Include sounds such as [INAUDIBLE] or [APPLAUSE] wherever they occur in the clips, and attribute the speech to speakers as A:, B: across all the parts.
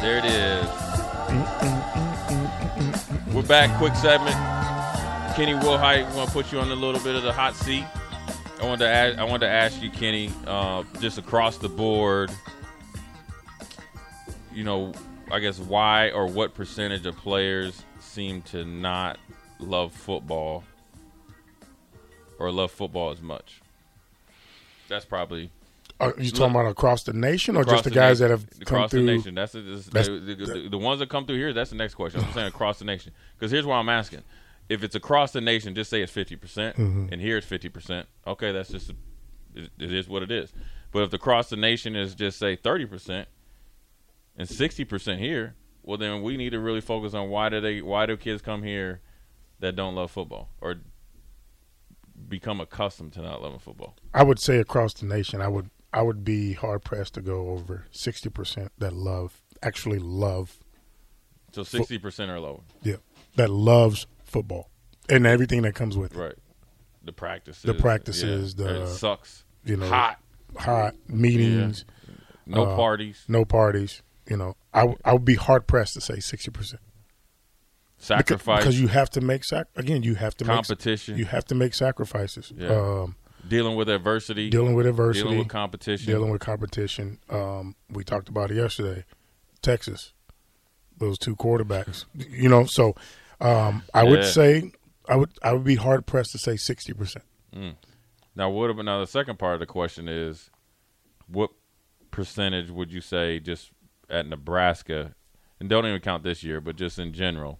A: There it is. We're back. Quick segment. Kenny Wilhite, want to put you on a little bit of the hot seat. I wanted to ask, I wanted to ask you, Kenny, uh, just across the board. You know, I guess why or what percentage of players seem to not love football or love football as much. That's probably
B: Are you talking about across the nation or
A: across
B: just the guys
A: nation-
B: that have come
A: across
B: through?
A: the nation. That's, the- this-
B: That's-
A: the, the- the- the ones that come through here. That's the next question.
B: [SIGHS]
A: I'm saying across the nation because here's why I'm asking. If it's across the nation, just say it's 50 percent,
B: Mm-hmm.
A: and here it's 50 percent. Okay, that's just it, it is what it is. But if across the nation is just say 30 percent and 60 percent here, well then we need to really focus on why do they why do kids come here that don't love football or become accustomed to not loving football.
B: I would say across the nation. I would I would be hard pressed to go over sixty percent that love actually love
A: So 60 percent or lower,
B: yeah that loves football and everything that comes with it.
A: right? The practices,
B: The practices,
A: yeah,
B: the-
A: it sucks.
B: You know,
A: hot,
B: hot meetings,
A: no
B: Uh,
A: parties,
B: no parties. You know, I w- I would be hard pressed to say sixty percent
A: sacrifice,
B: because you have to make sac again. You have to make,
A: competition,
B: you have to make sacrifices.
A: Yeah.
B: Um,
A: dealing with adversity,
B: dealing with adversity,
A: dealing with competition.
B: dealing with competition. Um, we talked about it yesterday. Texas, those two quarterbacks. You know, so um, I would
A: Yeah.
B: say I would I would be hard pressed to say sixty percent.
A: now, what about now? The second part of the question is, what percentage would you say just at Nebraska, and don't even count this year, but just in general,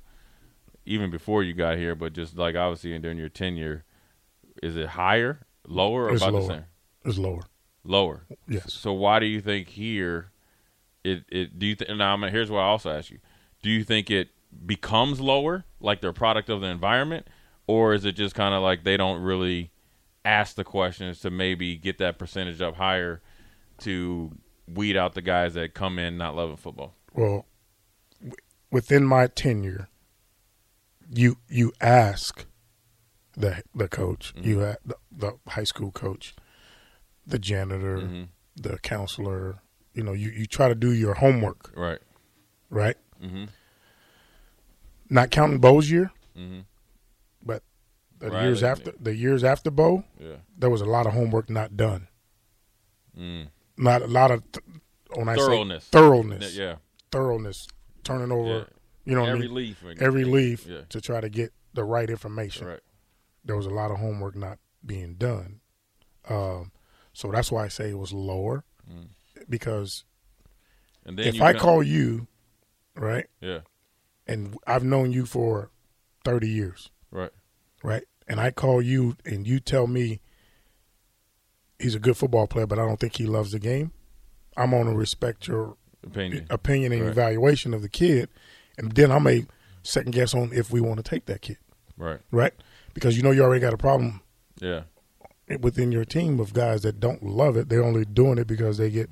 A: even before you got here, but just like obviously during your tenure, is it higher, lower, or
B: It's
A: about
B: lower.
A: the same?
B: It's lower.
A: Lower.
B: Yes.
A: So why do you think here it it do you think now I'm gonna- here's what I also ask you. Do you think it becomes lower like they're a product of the environment or is it just kind of like they don't really ask the questions to maybe get that percentage up higher to weed out the guys that come in not loving football?
B: Well, w- within my tenure, you you ask the the coach, you a- the, the high school coach, the janitor,
A: Mhm.
B: the counselor. You know, you, you try to do your homework,
A: Right.
B: right?
A: Mhm.
B: Not counting Bo's year,
A: Mhm.
B: but the
A: Riley,
B: years
A: yeah.
B: after the years after Bo,
A: Yeah.
B: there was a lot of homework not done.
A: Mm.
B: Not a lot of th- when I
A: Thoroughness.
B: say thoroughness,
A: Yeah.
B: thoroughness, turning over.
A: yeah.
B: You know, what I
A: Every
B: mean?
A: leaf. and-
B: every leaf
A: Yeah.
B: to try to get the right information.
A: Right.
B: There was a lot of homework not being done, um, so that's why I say it was lower
A: Mm.
B: because
A: And then
B: if
A: you
B: I
A: come-
B: call you, right,
A: Yeah.
B: and I've known you for thirty years,
A: Right.
B: right, and I call you and you tell me he's a good football player, but I don't think he loves the game, I'm going to respect your
A: Opinion.
B: opinion and
A: Right.
B: evaluation of the kid, and then I may second guess on if we want to take that kid.
A: Right.
B: right? Because you know you already got a problem
A: Yeah.
B: within your team of guys that don't love it. They're only doing it because they get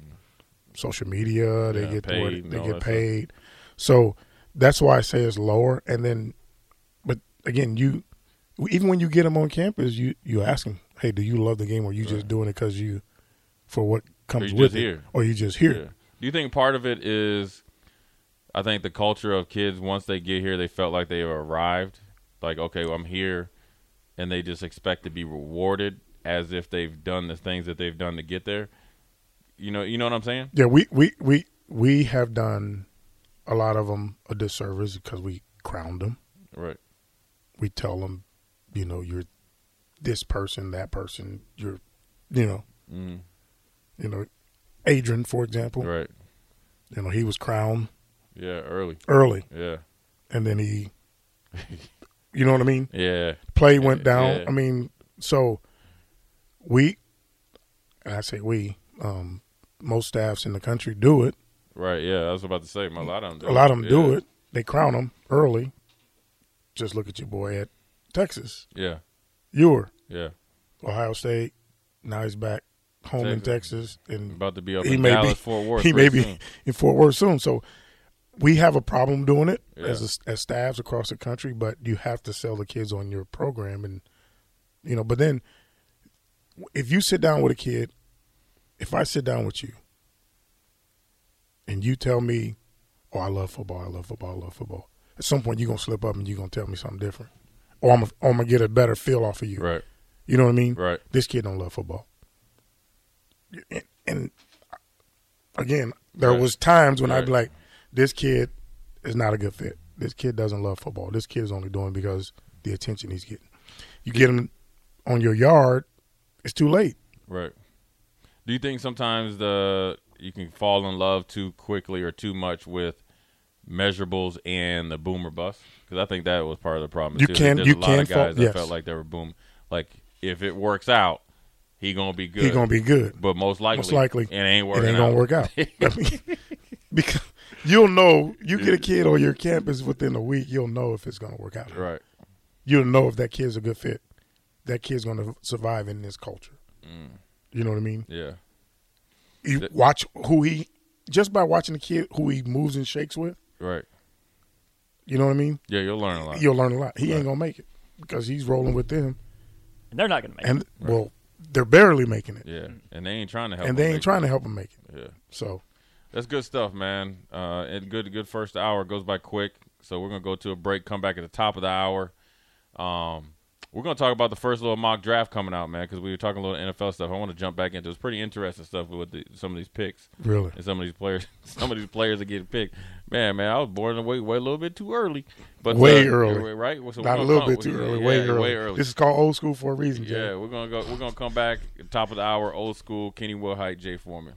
B: social media, they
A: Yeah,
B: get
A: paid
B: paid,
A: and
B: they
A: all that
B: get
A: stuff.
B: paid. So that's why I say it's lower. And then, but again, you even when you get them on campus, you you ask them, hey, do you love the game, or you just doing it because you for what comes
A: you
B: with
A: just
B: it,
A: here.
B: or you just here?
A: Yeah. Do you think part of it is, I think the culture of kids once they get here, they felt like they have arrived, like okay, well, I'm here, and they just expect to be rewarded as if they've done the things that they've done to get there. You know, you know what I'm saying?
B: Yeah, we we we we have done a lot of them a disservice because we crowned them.
A: Right.
B: we tell them, you know, you're this person, that person, you're, you know,
A: Mm,
B: you know, Adrian, for example,
A: right.
B: you know, he was crowned
A: Yeah. Early.
B: early,
A: Yeah.
B: and then he,
A: [LAUGHS]
B: you know what I mean?
A: Yeah.
B: Play went down.
A: Yeah.
B: I mean, so we, and I say we, um, most staffs in the country do it.
A: Right. Yeah. I was about to say, a lot of them. Do
B: A lot of them do
A: Oh, Yeah.
B: it. They crown them early. Just look at your boy at Texas.
A: Yeah.
B: You were
A: Yeah.
B: Ohio State. Now he's back home in Texas, and
A: About to be up
B: He
A: in
B: may be-
A: Dallas, Fort Worth.
B: he
A: real
B: may be
A: soon.
B: in Fort Worth soon. So we have a problem doing it
A: Yeah.
B: as a, as staffs across the country, but you have to sell the kids on your program, and you know. But then, if you sit down with a kid, if I sit down with you, and you tell me oh, I love football, I love football, I love football. At some point, you're gonna slip up and you're gonna tell me something different, or I'm gonna, or I'm gonna get a better feel off of you.
A: Right.
B: You know what I mean?
A: Right.
B: This kid don't love football. And, and again, there
A: Right.
B: was times when I'd
A: Right.
B: be like, this kid is not a good fit. This kid doesn't love football. This kid's only doing because the attention he's getting. You get him on your yard, it's too late.
A: Right. Do you think sometimes the you can fall in love too quickly or too much with measurables and the boomer bust? Because I think that was part of the problem.
B: You
A: too.
B: can-
A: There's
B: you
A: a lot
B: can
A: of
B: fall-
A: guys that
B: yes.
A: felt like they were boom. Like if it works out, he gonna be good.
B: He's gonna be good.
A: but most likely,
B: Most likely,
A: it ain't
B: It
A: working.
B: ain't gonna
A: out. [LAUGHS]
B: work out. I mean, because you'll know you get a kid on your campus within a week, you'll know if it's gonna work out.
A: Right.
B: You'll know if that kid's a good fit. That kid's gonna survive in this culture.
A: Mm.
B: You know what I mean?
A: Yeah.
B: you watch who he just by watching the kid who he moves and shakes with.
A: Right.
B: You know what I mean?
A: Yeah. You'll learn a lot.
B: You'll learn a lot. He
A: Right.
B: ain't gonna make it because he's rolling with them,
C: And they're not going to make
B: and well, they're barely making it,
A: yeah. And they ain't trying to help.
B: and they
A: him
B: ain't
A: make-
B: trying to help him make it.
A: Yeah.
B: So
A: That's good stuff, man. Uh, and good, good first hour goes by quick. So we're gonna go to a break. Come back at the top of the hour. Um, we're gonna talk about the first little mock draft coming out, man, because we were talking a little NFL stuff. I want to jump back into it's pretty interesting stuff with the, some of these picks
B: really,
A: and some of these players. [LAUGHS] some of these players that get picked, man, man. I was born away way a little bit too early, but
B: Way
A: uh,
B: early.
A: right? So we're
B: not a
A: gonna
B: little
A: come-
B: bit too
A: yeah,
B: early.
A: yeah,
B: way early.
A: way early.
B: This is called old school for a reason. Jay.
A: yeah, we're gonna go. We're gonna come back top of the hour. Old school Kenny Wilhite, Jay Foreman.